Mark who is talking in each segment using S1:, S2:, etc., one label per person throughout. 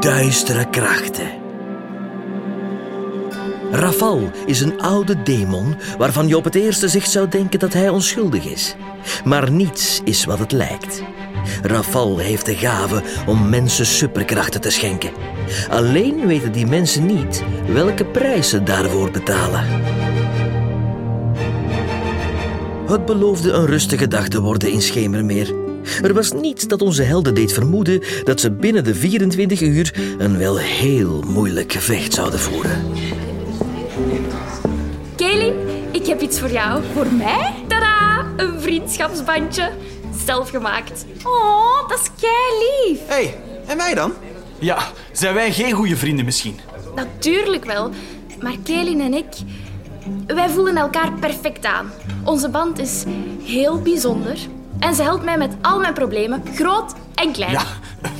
S1: duistere krachten. Rafal is een oude demon waarvan je op het eerste zicht zou denken dat hij onschuldig is. Maar niets is wat het lijkt. Rafal heeft de gave om mensen superkrachten te schenken. Alleen weten die mensen niet welke prijs ze daarvoor betalen. Het beloofde een rustige dag te worden in Schemermeer. Er was niets dat onze helden deed vermoeden dat ze binnen de 24 uur een wel heel moeilijk gevecht zouden voeren.
S2: Kelly, ik heb iets voor jou. Voor mij? Tada! Een vriendschapsbandje. Zelf gemaakt. Oh, dat is kei lief.
S3: Hé, hey, en wij dan?
S4: Ja, zijn wij geen goede vrienden misschien?
S2: Eh, Natuurlijk wel. Maar Kelly en ik, wij voelen elkaar perfect aan. Onze band is heel bijzonder. En ze helpt mij met al mijn problemen, groot en klein.
S4: Ja,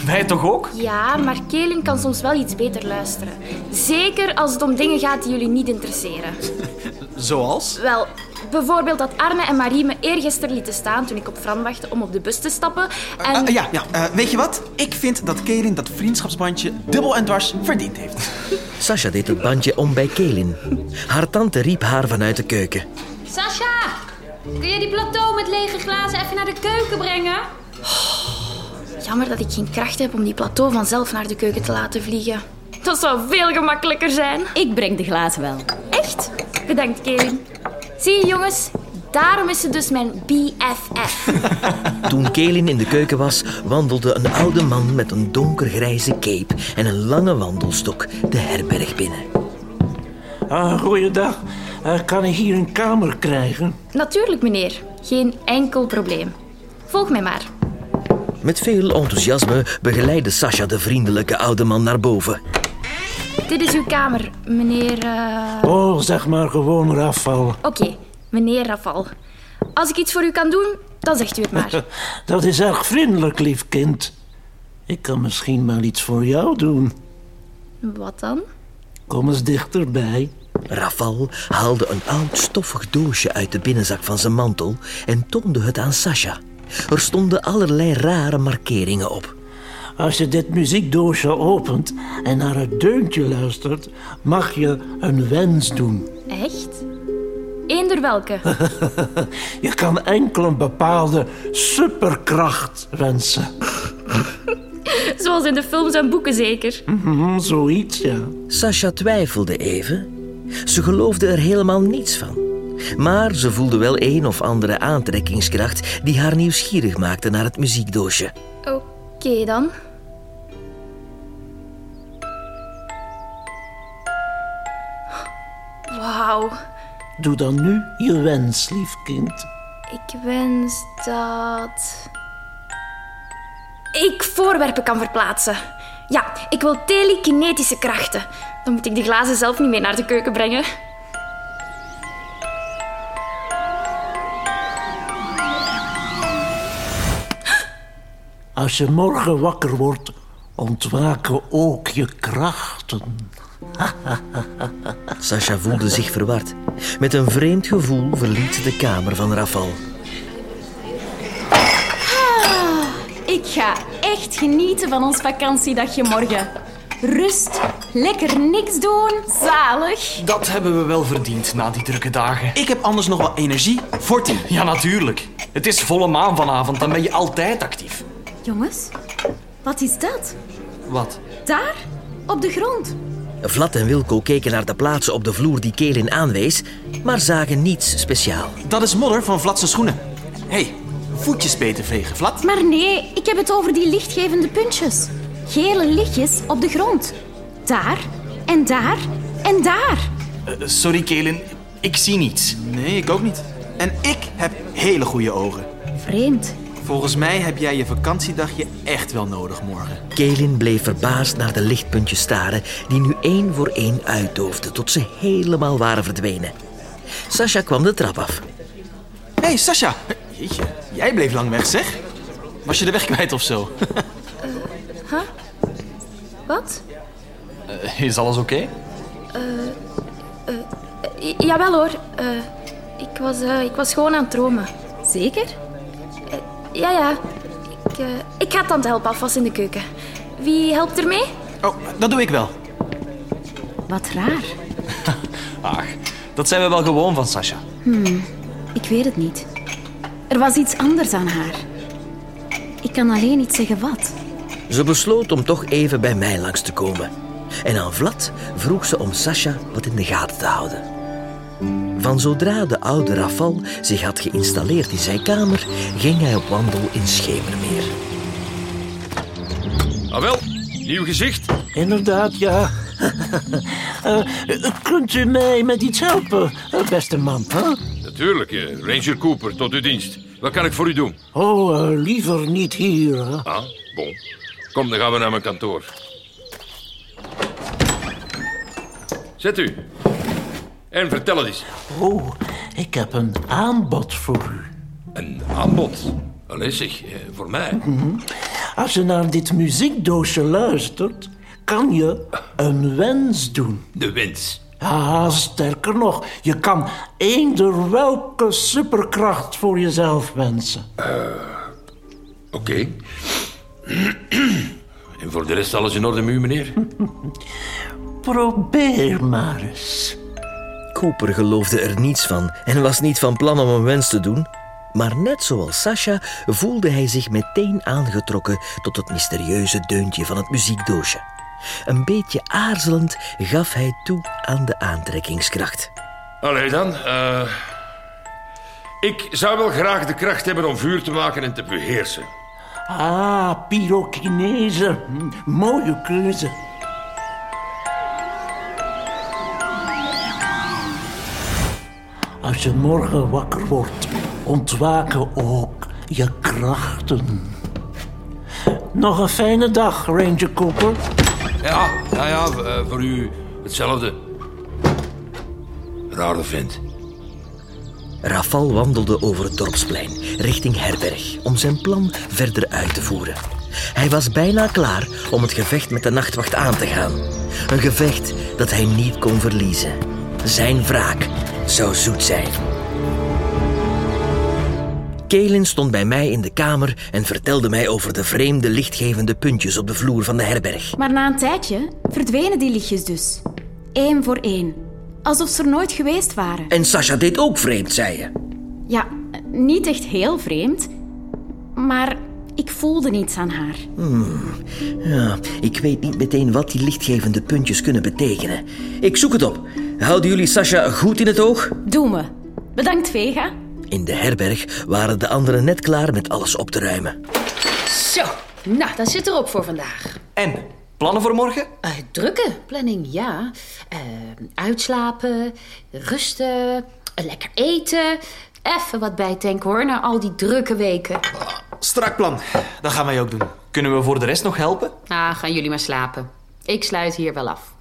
S4: wij toch ook?
S2: Ja, maar Kelin kan soms wel iets beter luisteren. Zeker als het om dingen gaat die jullie niet interesseren.
S4: Zoals?
S2: Wel, bijvoorbeeld dat Arne en Marie me eergisteren lieten staan toen ik op Fran wachtte om op de bus te stappen. En
S3: Eh, ja, ja eh, weet je wat? Ik vind dat Kelin dat vriendschapsbandje dubbel en dwars verdiend heeft.
S1: Sasha deed het bandje om bij Kelin. Haar tante riep haar vanuit de keuken.
S5: Sasha, kun je die plateau met lege glazen even naar de keuken brengen?
S2: Oh, jammer dat ik geen kracht heb om die plateau vanzelf naar de keuken te laten vliegen. Dat zou veel gemakkelijker zijn.
S6: Ik breng de glazen wel.
S2: Echt? Bedankt, Kelin. Zie je, jongens? Daarom is ze dus mijn BFF.
S1: Toen Kelin in de keuken was, wandelde een oude man met een donkergrijze cape en een lange wandelstok de herberg binnen.
S7: Ah, goeiedag. Eh, kan ik hier een kamer krijgen?
S2: Natuurlijk, meneer. Geen enkel probleem. Volg mij maar.
S1: Met veel enthousiasme begeleidde Sasha de vriendelijke oude man naar boven.
S2: Dit is uw kamer, meneer... eh,
S7: Oh, zeg maar gewoon Rafal.
S2: Oké, meneer Rafal. Als ik iets voor u kan doen, dan zegt u het maar.
S7: Dat is erg vriendelijk, lief kind. Ik kan misschien wel iets voor jou doen.
S2: Wat dan?
S7: Kom eens dichterbij.
S1: Rafal haalde een oud stoffig doosje uit de binnenzak van zijn mantel en toonde het aan Sasha. Er stonden allerlei rare markeringen op.
S7: Als je dit muziekdoosje opent en naar het deuntje luistert, mag je een wens doen.
S2: Echt? Eender welke.
S7: Je kan enkel een bepaalde superkracht wensen.
S2: Zoals in de films en boeken zeker.
S7: Mhm, zoiets, ja.
S1: Sasha twijfelde even. Ze geloofde er helemaal niets van. Maar ze voelde wel een of andere aantrekkingskracht die haar nieuwsgierig maakte naar het muziekdoosje.
S2: Oké dan. Wauw.
S7: Doe dan nu je wens, lief kind.
S2: Ik wens dat. Ik voorwerpen kan verplaatsen. Ja, ik wil telekinetische krachten. Dan moet ik die glazen zelf niet mee naar de keuken brengen.
S7: Als je morgen wakker wordt, ontwaken ook je krachten.
S1: Sasha voelde zich verward. Met een vreemd gevoel verliet ze de kamer van Rafal.
S6: Ik ga echt genieten van ons vakantiedagje morgen. Rust, lekker niks doen, zalig.
S4: Dat hebben we wel verdiend na die drukke dagen.
S3: Ik heb anders nog wel energie voor tien.
S4: Ja, natuurlijk. Het is volle maan vanavond, dan ben je altijd actief.
S6: Jongens, wat is dat?
S4: Wat?
S6: Daar, op de grond.
S1: Vlad en Wilco keken naar de plaatsen op de vloer die Kelin aanwees, maar zagen niets speciaal.
S3: Dat is modder van Vlatse schoenen. Hé, hey, voetjes beter vegen, Vlat.
S6: Maar nee, ik heb het over die lichtgevende puntjes. Gele lichtjes op de grond. Daar en daar en daar.
S4: Eh, sorry, Kelen. Ik zie niets.
S3: Nee, ik ook niet. En ik heb hele goede ogen.
S6: Vreemd.
S3: Volgens mij heb jij je vakantiedagje echt wel nodig morgen.
S1: Kelin bleef verbaasd naar de lichtpuntjes staren, die nu één voor één uitdoofden tot ze helemaal waren verdwenen. Sasha kwam de trap af.
S3: Hé, hey, Sasha. Jeetje, jij bleef lang weg, zeg. Was je de weg kwijt of zo?
S2: Wat?
S4: Eh, is alles oké?
S2: I- jawel hoor. Eh, ik, was, eh, ik was gewoon aan het dromen.
S6: Zeker?
S2: Ja, ja. Ik, eh, ik ga tante helpen afwas in de keuken. Wie helpt er mee?
S3: Oh, dat doe ik wel.
S6: Wat raar.
S4: Ach, dat zijn we wel gewoon van Sasha.
S6: Ik weet het niet. Er was iets anders aan haar. Ik kan alleen niet zeggen wat.
S1: Ze besloot om toch even bij mij langs te komen. En aan Vlad vroeg ze om Sasha wat in de gaten te houden. Van zodra de oude Rafal zich had geïnstalleerd in zijn kamer, ging hij op wandel in Schemermeer.
S8: Ah wel, nieuw gezicht.
S7: Inderdaad, ja. Eh, kunt u mij met iets helpen, eh, beste man? hè?
S8: Natuurlijk, eh, Ranger Cooper, tot uw dienst. Wat kan ik voor u doen?
S7: Oh, eh, liever niet hier. hè.
S8: Ah, bon. Kom, dan gaan we naar mijn kantoor. Zet u. En vertel het eens.
S7: Oh, ik heb een aanbod voor u.
S8: Een aanbod. Allee zeg, eh, voor mij.
S7: Als je naar dit muziekdoosje luistert, kan je een wens doen.
S8: De wens.
S7: Ja, sterker nog, je kan eender welke superkracht voor jezelf wensen.
S8: Oké. en voor de rest alles in orde met u, meneer?
S7: Probeer maar eens.
S1: Cooper geloofde er niets van en was niet van plan om een wens te doen. Maar net zoals Sasha voelde hij zich meteen aangetrokken tot het mysterieuze deuntje van het muziekdoosje. Een beetje aarzelend gaf hij toe aan de aantrekkingskracht.
S8: Allee dan. eh, ik zou wel graag de kracht hebben om vuur te maken en te beheersen.
S7: Ah, pyrokinese. Hm, Mooie keuze. Als je morgen wakker wordt, ontwaken ook je krachten. Nog een fijne dag, Ranger Cooper.
S8: Ja, ja, ja, v- eh, voor u hetzelfde. Rare vent.
S1: Rafal wandelde over het dorpsplein richting Herberg om zijn plan verder uit te voeren. Hij was bijna klaar om het gevecht met de nachtwacht aan te gaan. Een gevecht dat hij niet kon verliezen. Zijn wraak zou zoet zijn. Kelin stond bij mij in de kamer en vertelde mij over de vreemde lichtgevende puntjes op de vloer van de herberg.
S6: Maar na een tijdje verdwenen die lichtjes dus. Eén voor één. Alsof ze er nooit geweest waren.
S1: En Sasha deed ook vreemd, zei je.
S6: Ja, niet echt heel vreemd. Maar ik voelde niets aan haar.
S1: Ja, Ah, ik weet niet meteen wat die lichtgevende puntjes kunnen betekenen. Ik zoek het op. Houden jullie Sasha goed in het oog?
S6: Doe me. Bedankt, Vega.
S1: In de herberg waren de anderen net klaar met alles op te ruimen.
S9: Zo, nou, dat zit erop voor vandaag.
S4: En, plannen voor morgen?
S9: Eh, drukke planning, ja. Eh, uitslapen, rusten, eh, lekker eten. Even wat bijtanken hoor, na al die drukke weken.
S3: Strak plan. Dat gaan wij ook doen.
S4: Kunnen we voor de rest nog helpen?
S9: Ah, gaan jullie maar slapen. Ik sluit hier wel af.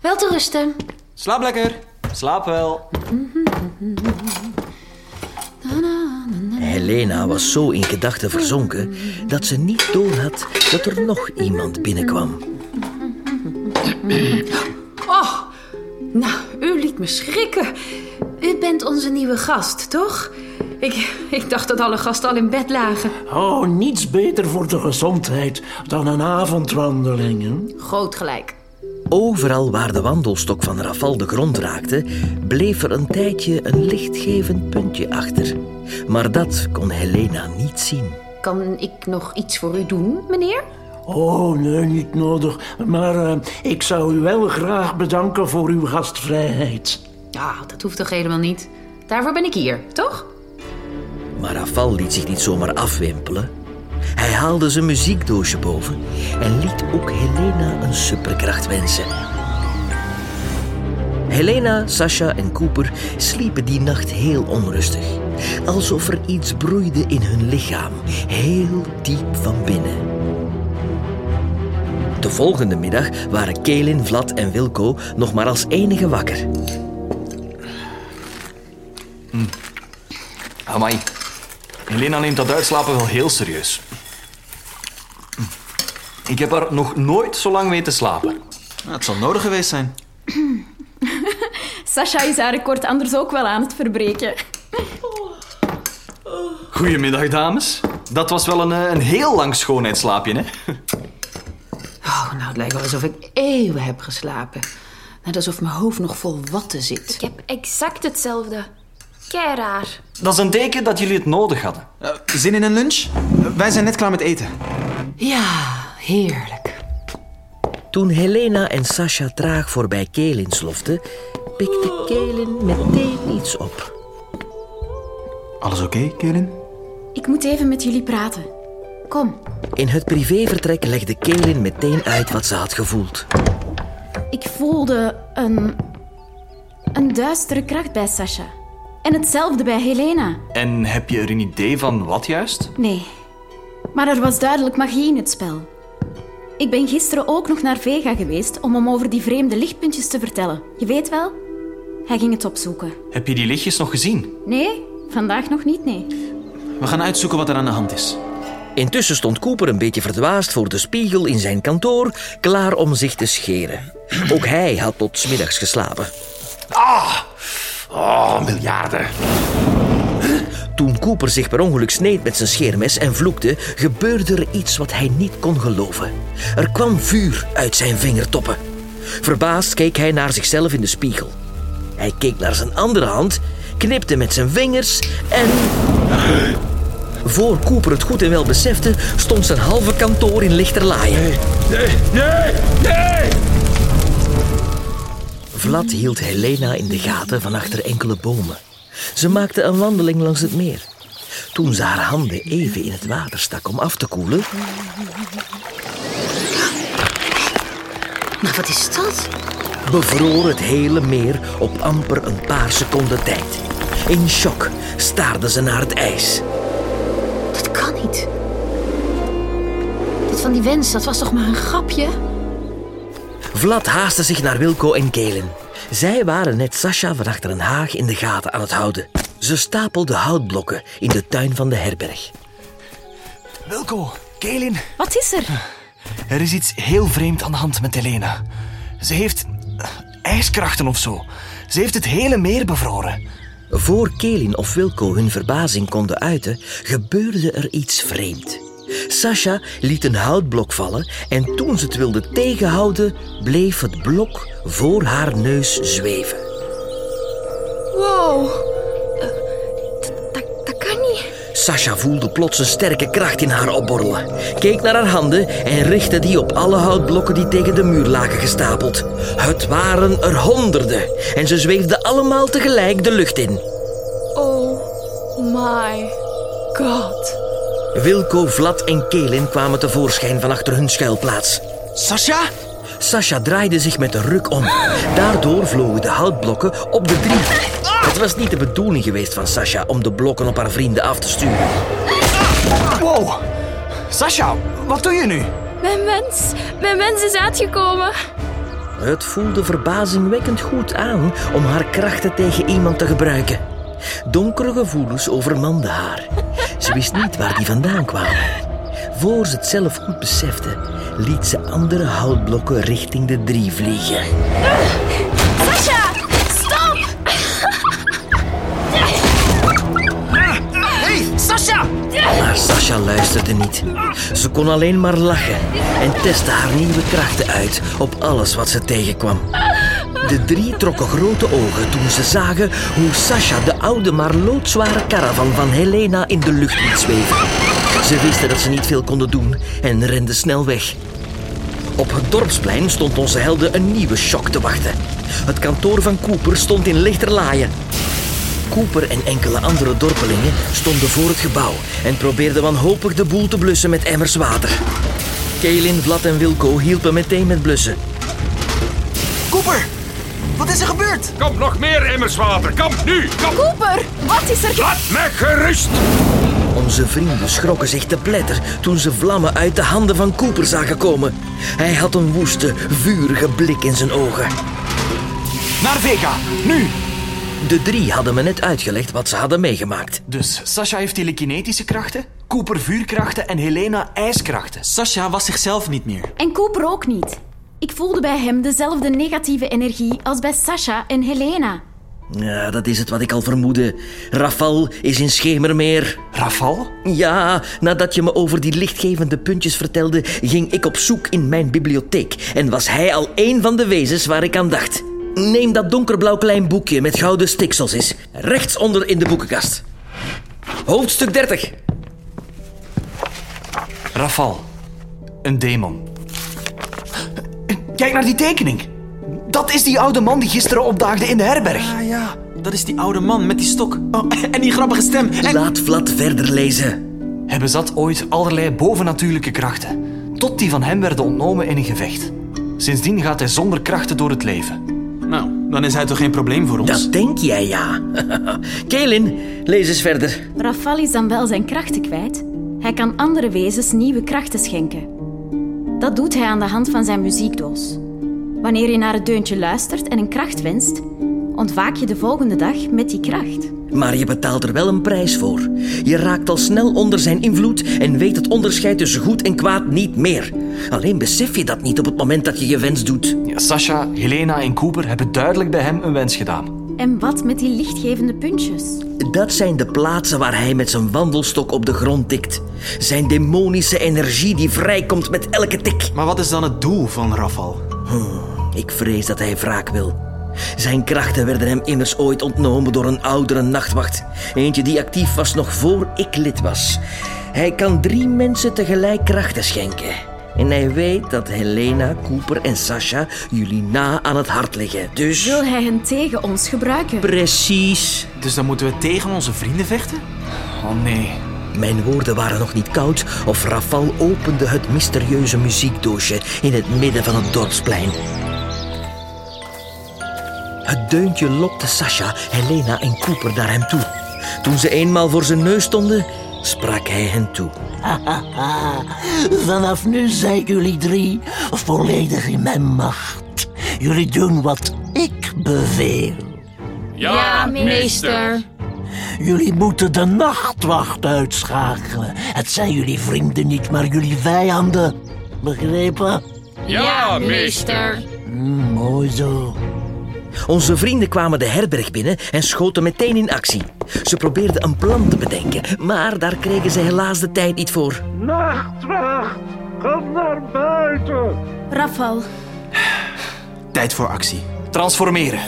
S9: Wel te rusten.
S4: Slaap lekker. Slaap wel.
S1: Helena was zo in gedachten verzonken dat ze niet doorhad dat er nog iemand binnenkwam.
S9: Oh, Nou, u liet me schrikken. U bent onze nieuwe gast, toch? Ik, ik dacht dat alle gasten al in bed lagen.
S7: Oh, niets beter voor de gezondheid dan een avondwandeling. hè?
S9: Groot gelijk.
S1: Overal waar de wandelstok van Rafal de grond raakte, bleef er een tijdje een lichtgevend puntje achter. Maar dat kon Helena niet zien.
S9: Kan ik nog iets voor u doen, meneer?
S7: Oh, nee, niet nodig. Maar eh, ik zou u wel graag bedanken voor uw gastvrijheid.
S9: Ja, Ah, dat hoeft toch helemaal niet? Daarvoor ben ik hier, toch?
S1: Maar Rafal liet zich niet zomaar afwimpelen. Hij haalde zijn muziekdoosje boven en liet ook Helena een superkracht wensen. Helena, Sasha en Cooper sliepen die nacht heel onrustig. Alsof er iets broeide in hun lichaam, heel diep van binnen. De volgende middag waren Kelin, Vlad en Wilco nog maar als enige wakker.
S4: Amai. Helena neemt dat uitslapen wel heel serieus. Ik heb haar nog nooit zo lang weten slapen.
S3: Nou, het zal nodig geweest zijn.
S6: Sasha is haar record anders ook wel aan het verbreken.
S4: Goedemiddag, dames. Dat was wel een, eh, een heel lang schoonheidsslaapje, hè?
S9: Oh, nou, Nou, het lijkt wel alsof ik eeuwen heb geslapen. Net alsof mijn hoofd nog vol watten zit.
S2: Ik heb exact hetzelfde. Kei raar.
S4: Dat is een teken dat jullie het nodig hadden.
S3: Eh, zin in een lunch? Eh, wij zijn net klaar met eten.
S9: Ja, heerlijk.
S1: Toen Helena en Sasha traag voorbij Kelin sloften, pikte Kelin meteen iets op.
S3: Alles oké, Kelin?
S6: Ik moet even met jullie praten. Kom,
S1: In het privévertrek legde Kelin meteen uit wat ze had gevoeld.
S6: ik voelde een. een duistere kracht bij Sasha. En hetzelfde bij Helena.
S4: En heb je er een idee van wat juist?
S6: Nee. Maar er was duidelijk magie in het spel. Ik ben gisteren ook nog naar Vega geweest om hem over die vreemde lichtpuntjes te vertellen. Je weet wel? Hij ging het opzoeken.
S4: Heb je die lichtjes nog gezien?
S6: Nee, vandaag nog niet, nee.
S3: We gaan uitzoeken wat er aan de hand is.
S1: Intussen stond Cooper een beetje verdwaasd voor de spiegel in zijn kantoor, klaar om zich te scheren. Ook hij had tot 's middags geslapen.
S8: Oh, miljarden.
S1: Toen Cooper zich per ongeluk sneed met zijn scheermes en vloekte, gebeurde er iets wat hij niet kon geloven. Er kwam vuur uit zijn vingertoppen. Verbaasd keek hij naar zichzelf in de spiegel. Hij keek naar zijn andere hand, knipte met zijn vingers en. Voor Cooper het goed en wel besefte, stond zijn halve kantoor in lichterlaaien.
S8: Nee, nee, nee!
S1: Vlad hield Helena in de gaten van achter enkele bomen. Ze maakte een wandeling langs het meer. Toen ze haar handen even in het water stak om af te koelen,
S9: Maar Nou, wat is dat?
S1: bevroor het hele meer op amper een paar seconden tijd. In shock staarden ze naar het ijs.
S9: Dat kan niet. Dat van die wens, dat was toch maar een grapje?
S1: Vlad haastte zich naar Wilco en Kelen. Zij waren net Sasha van achter een haag in de gaten aan het houden. Ze stapelden houtblokken in de tuin van de herberg.
S4: Wilco, Kaelin,
S6: Wat is er?
S4: er is iets heel vreemd aan de hand met Helena. Ze heeft eh, ijskrachten of zo. Ze heeft het hele meer bevroren.
S1: Voor Kelin of Wilco hun verbazing konden uiten, gebeurde er iets vreemd. Sasha liet een houtblok vallen en toen ze het wilde tegenhouden, bleef het blok voor haar neus zweven.
S2: Wow. Eh, dat- dat- dat kan niet.
S1: Sasha voelde plots een sterke kracht in haar opborrelen, keek naar haar handen en richtte die op alle houtblokken die tegen de muur lagen gestapeld. Het waren er honderden en ze zweefden allemaal tegelijk de lucht in.
S2: Oh my god.
S1: Wilco, Vlad en Kelin kwamen tevoorschijn van achter hun schuilplaats.
S3: Sasha?
S1: Sasha draaide zich met een ruk om. Daardoor vlogen de houtblokken op de drie. Het was niet de bedoeling geweest van Sasha om de blokken op haar vrienden af te sturen.
S3: Wow! Sasha, wat doe je nu?
S2: Mijn wens. Mijn wens is uitgekomen.
S1: Het voelde verbazingwekkend goed aan om haar krachten tegen iemand te gebruiken. Donkere gevoelens overmanden haar. Ze wist niet waar die vandaan kwamen. Voor ze het zelf goed besefte, liet ze andere houtblokken richting de drie vliegen.
S2: Sasha, stop!
S1: Maar Sasha luisterde niet. Ze kon alleen maar lachen en testte haar nieuwe krachten uit op alles wat ze tegenkwam. De drie trokken grote ogen toen ze zagen hoe Sasha de oude maar loodzware caravan van Helena in de lucht liet zweven. Ze wisten dat ze niet veel konden doen en renden snel weg. Op het dorpsplein stond onze helden een nieuwe shock te wachten. Het kantoor van Cooper stond in lichterlaaien. Cooper en enkele andere dorpelingen stonden voor het gebouw en probeerden wanhopig de boel te blussen met emmers water. Kaelin, Vlad en Wilco hielpen meteen met blussen.
S3: Cooper, wat is er gebeurd?
S8: Kom, nog meer emmerswater. Kom, nu, kom.
S6: Cooper, wat is er ge-
S8: Laat mij gerust.
S1: Onze vrienden schrokken zich te pletter toen ze vlammen uit de handen van Cooper zagen komen. Hij had een woeste, vurige blik in zijn ogen.
S3: Naar Vega, nu!
S1: De drie hadden me net uitgelegd wat ze hadden meegemaakt.
S4: Dus Sasha heeft telekinetische krachten, Cooper vuurkrachten en Helena ijskrachten.
S3: Sasha was zichzelf niet meer.
S6: En Cooper ook niet. Ik voelde bij hem dezelfde negatieve energie als bij Sasha en Helena.
S1: Ja, dat is het wat ik al vermoedde. Rafal is in Schemermeer.
S4: Rafal?
S1: Ja, nadat je me over die lichtgevende puntjes vertelde, ging ik op zoek in mijn bibliotheek. En was hij al één van de wezens waar ik aan dacht. Neem dat donkerblauw klein boekje met gouden stiksels eens. Rechtsonder in de boekenkast. Hoofdstuk 30.
S4: Rafal. Een demon. Kijk naar die tekening. Dat is die oude man die gisteren opdaagde in de herberg.
S3: Ah ja, dat is die oude man met die stok. Oh, en die grappige stem. En...
S1: Laat Vlad verder lezen.
S4: Hebben zat ooit allerlei bovennatuurlijke krachten, tot die van hem werden ontnomen in een gevecht. Sindsdien gaat hij zonder krachten door het leven.
S3: Nou, dan is hij toch geen probleem voor ons?
S1: Dat denk jij ja. Kelin, lees eens verder.
S6: Rafal is dan wel zijn krachten kwijt. Hij kan andere wezens nieuwe krachten schenken. Dat doet hij aan de hand van zijn muziekdoos. Wanneer je naar het deuntje luistert en een kracht wenst, ontwaak je de volgende dag met die kracht.
S1: Maar je betaalt er wel een prijs voor. Je raakt al snel onder zijn invloed en weet het onderscheid tussen goed en kwaad niet meer. Alleen besef je dat niet op het moment dat je je wens doet.
S4: Ja, Sasha, Helena en Cooper hebben duidelijk bij hem een wens gedaan.
S6: En wat met die lichtgevende puntjes?
S1: Dat zijn de plaatsen waar hij met zijn wandelstok op de grond tikt. Zijn demonische energie die vrijkomt met elke tik.
S3: Maar wat is dan het doel van Rafal?
S1: Ik vrees dat hij wraak wil. Zijn krachten werden hem immers ooit ontnomen door een oudere nachtwacht. Eentje die actief was nog voor ik lid was. Hij kan drie mensen tegelijk krachten schenken. En hij weet dat Helena, Cooper en Sasha jullie na aan het hart liggen. Dus.
S6: Wil hij hen tegen ons gebruiken?
S1: Precies.
S3: Dus dan moeten we tegen onze vrienden vechten?
S4: Oh nee.
S1: Mijn woorden waren nog niet koud of Rafal opende het mysterieuze muziekdoosje in het midden van het dorpsplein. Het deuntje lokte Sasha, Helena en Cooper naar hem toe. Toen ze eenmaal voor zijn neus stonden, sprak hij hen toe.
S7: Vanaf nu zijn jullie drie volledig in mijn macht. Jullie doen wat ik beveel.
S8: Ja,
S7: Jullie moeten de nachtwacht uitschakelen. Het zijn jullie vrienden niet, maar jullie vijanden. Begrepen?
S8: Ja, meester.
S7: Mooi zo.
S1: Onze vrienden kwamen de herberg binnen en schoten meteen in actie. Ze probeerden een plan te bedenken, maar daar kregen ze helaas de tijd niet voor.
S7: Nachtwacht, kom naar buiten.
S6: Rafal,
S3: Tijd voor actie.
S4: Transformeren.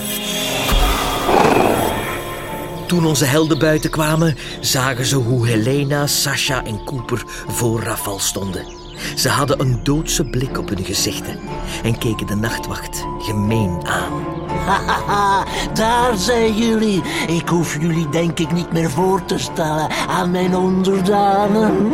S1: Toen onze helden buiten kwamen, zagen ze hoe Helena, Sasha en Cooper voor Rafal stonden. Ze hadden een doodse blik op hun gezichten en keken de nachtwacht gemeen aan.
S7: Haha, daar zijn jullie. Ik hoef jullie denk ik niet meer voor te stellen aan mijn onderdanen.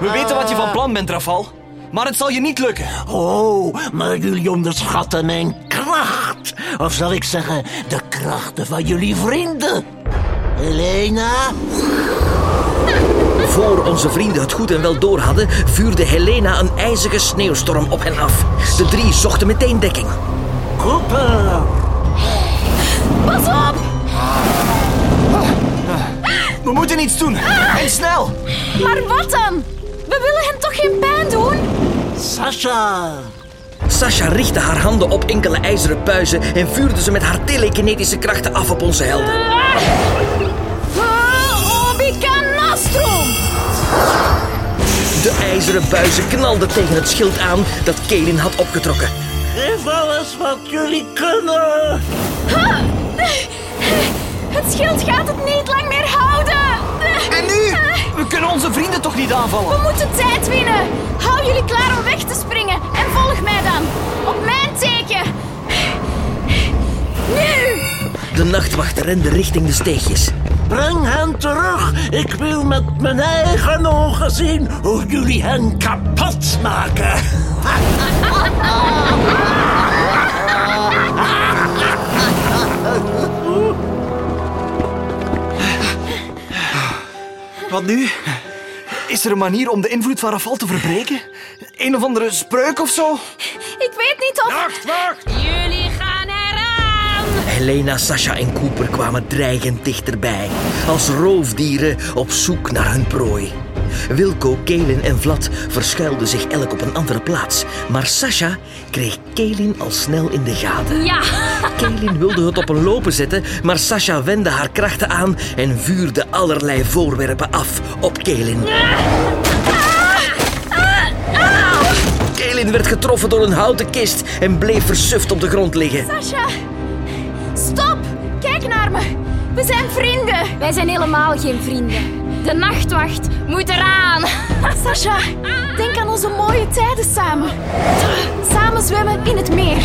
S4: We weten wat je van plan bent, Rafal. Maar het zal je niet lukken.
S7: Oh, maar jullie onderschatten mijn kracht. Of zal ik zeggen, de krachten van jullie vrienden. Helena?
S1: Voor onze vrienden het goed en wel door hadden, vuurde Helena een ijzige sneeuwstorm op hen af. De drie zochten meteen dekking.
S7: Cooper?
S4: We moeten iets doen. En snel.
S6: maar wat dan? We willen hem toch geen pijn doen?
S7: Sasha?
S1: Sasha richtte haar handen op enkele ijzeren puizen en vuurde ze met haar telekinetische krachten af op onze helden.
S6: Obica Ah, Nostrum!
S1: De ijzeren buizen knalden tegen het schild aan dat Kelin had opgetrokken.
S7: Geef alles wat jullie kunnen.
S6: Het schild gaat het niet lang meer houden! Ah.
S4: En nu? We kunnen onze vrienden toch niet aanvallen?
S6: We moeten tijd winnen! Hou jullie klaar om weg te springen en volg mij dan! Op mijn teken! Nu!
S1: De nachtwacht rende richting de steegjes.
S7: Breng hen terug. Ik wil met mijn eigen ogen zien hoe jullie hen kapot maken.
S4: Wat nu? Is er een manier om de invloed van Rafal te verbreken? Een of andere spreuk of zo?
S6: Ik weet niet of...
S8: Nachtwacht!
S5: Jullie gaan eraan!
S1: Helena, Sasha en Cooper kwamen dreigend dichterbij. Als roofdieren op zoek naar hun prooi. Wilco, Kelin en Vlad verschuilden zich elk op een andere plaats. Maar Sasha kreeg Kelin al snel in de gaten.
S5: Ja,
S1: Kaylin wilde het op een lopen zetten, maar Sasha wendde haar krachten aan en vuurde allerlei voorwerpen af op Kaylin. Kaylin werd getroffen door een houten kist en bleef versuft op de grond liggen.
S2: Sasha, stop! Kijk naar me. We zijn vrienden. Eh, Wij zijn helemaal geen vrienden. De nachtwacht moet eraan. Ah.
S6: Sasha, denk aan onze mooie tijden samen. Samen zwemmen in het meer.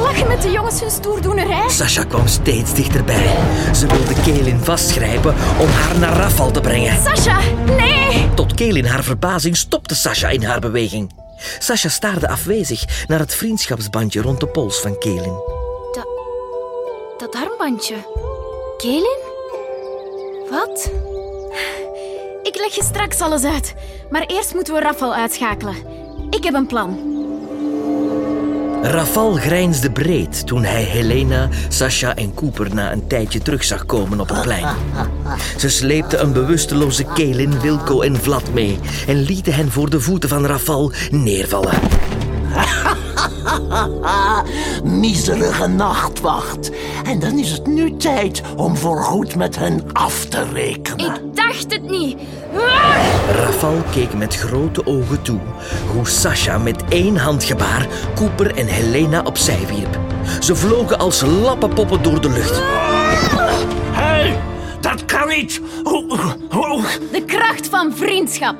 S6: Lachen met de jongens hun stoerdoenerij.
S1: Sasha kwam steeds dichterbij. Ze wilde Kaylin vastgrijpen om haar naar Rafal te brengen.
S6: Sasha, nee!
S1: Tot Kaylin haar verbazing stopte Sasha in haar beweging. Sasha staarde afwezig naar het vriendschapsbandje rond de pols van Kaylin.
S2: Dat armbandje. Kaelin? Wat?
S6: Ik leg je straks alles uit. Maar eerst moeten we Rafal uitschakelen. Ik heb een plan.
S1: Rafal grijnsde breed toen hij Helena, Sasha en Cooper na een tijdje terug zag komen op het plein. Ze sleepte een bewusteloze Kaelin, Wilco en Vlad mee en lieten hen voor de voeten van Rafal neervallen.
S7: Haha, miserige nachtwacht. En dan is het nu tijd om voorgoed met hen af te rekenen.
S2: Ik dacht het niet.
S6: Ah!
S1: Rafal keek met grote ogen toe hoe Sasha met één handgebaar Cooper en Helena opzij wierp. Ze vlogen als lappenpoppen door de lucht.
S7: Hé, hey, dat kan niet. Oh, oh, oh.
S6: De kracht van vriendschap.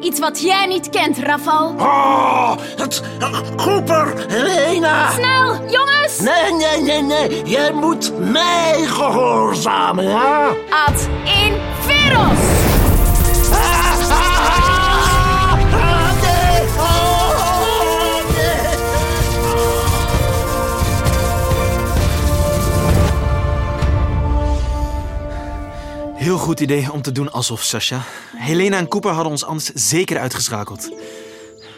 S6: Iets wat jij niet kent, Rafal.
S1: Ah.
S7: Oh, het, Cooper, Helena.
S2: Snel, jongens!
S7: Nee, nee, nee, nee. Jij moet mij gehoorzamen, ja?
S6: Ad in Veros.
S3: Heel goed idee om te doen alsof, Sasha. Helena en Cooper hadden ons anders zeker uitgeschakeld.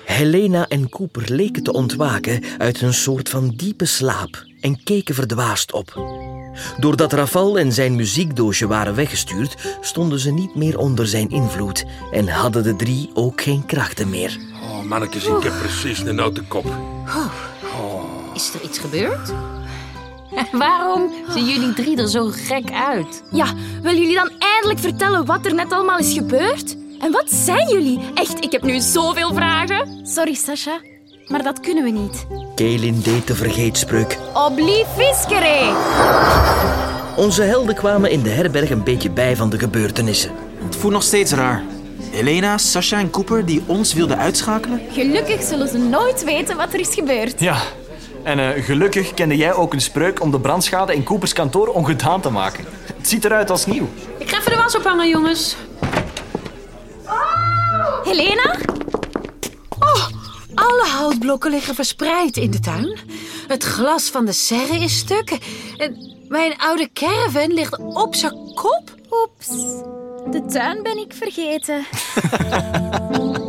S1: Helena en Cooper leken te ontwaken uit een soort van diepe slaap en keken verdwaasd op. Doordat Rafal en zijn muziekdoosje waren weggestuurd, stonden ze niet meer onder zijn invloed en hadden de drie ook geen krachten meer.
S8: Oh, mannetjes, ik heb precies een natte kop.
S9: Is er iets gebeurd? Waarom zien jullie drie er zo gek uit?
S2: Ja, willen jullie dan eindelijk vertellen wat er net allemaal is gebeurd? En wat zijn jullie? Echt, ik heb nu zoveel vragen.
S6: Sorry, Sasha, maar dat kunnen we niet.
S1: Kaelin deed de vergeetspreuk.
S6: Obliviskere!
S1: Onze helden kwamen in de herberg een beetje bij van de gebeurtenissen.
S3: Het voelt nog steeds raar. Helena, Sasha en Cooper die ons wilden uitschakelen?
S6: Gelukkig zullen ze nooit weten wat er is gebeurd.
S4: Ja. En eh, gelukkig kende jij ook een spreuk om de brandschade in Coopers kantoor ongedaan te maken. Het ziet eruit als nieuw.
S5: Ik ga even de was ophangen, jongens.
S6: Helena?
S9: Alle houtblokken liggen verspreid in de tuin. Het glas van de serre is stuk. En mijn oude caravan ligt op zijn kop.
S6: Oeps, de tuin ben ik vergeten.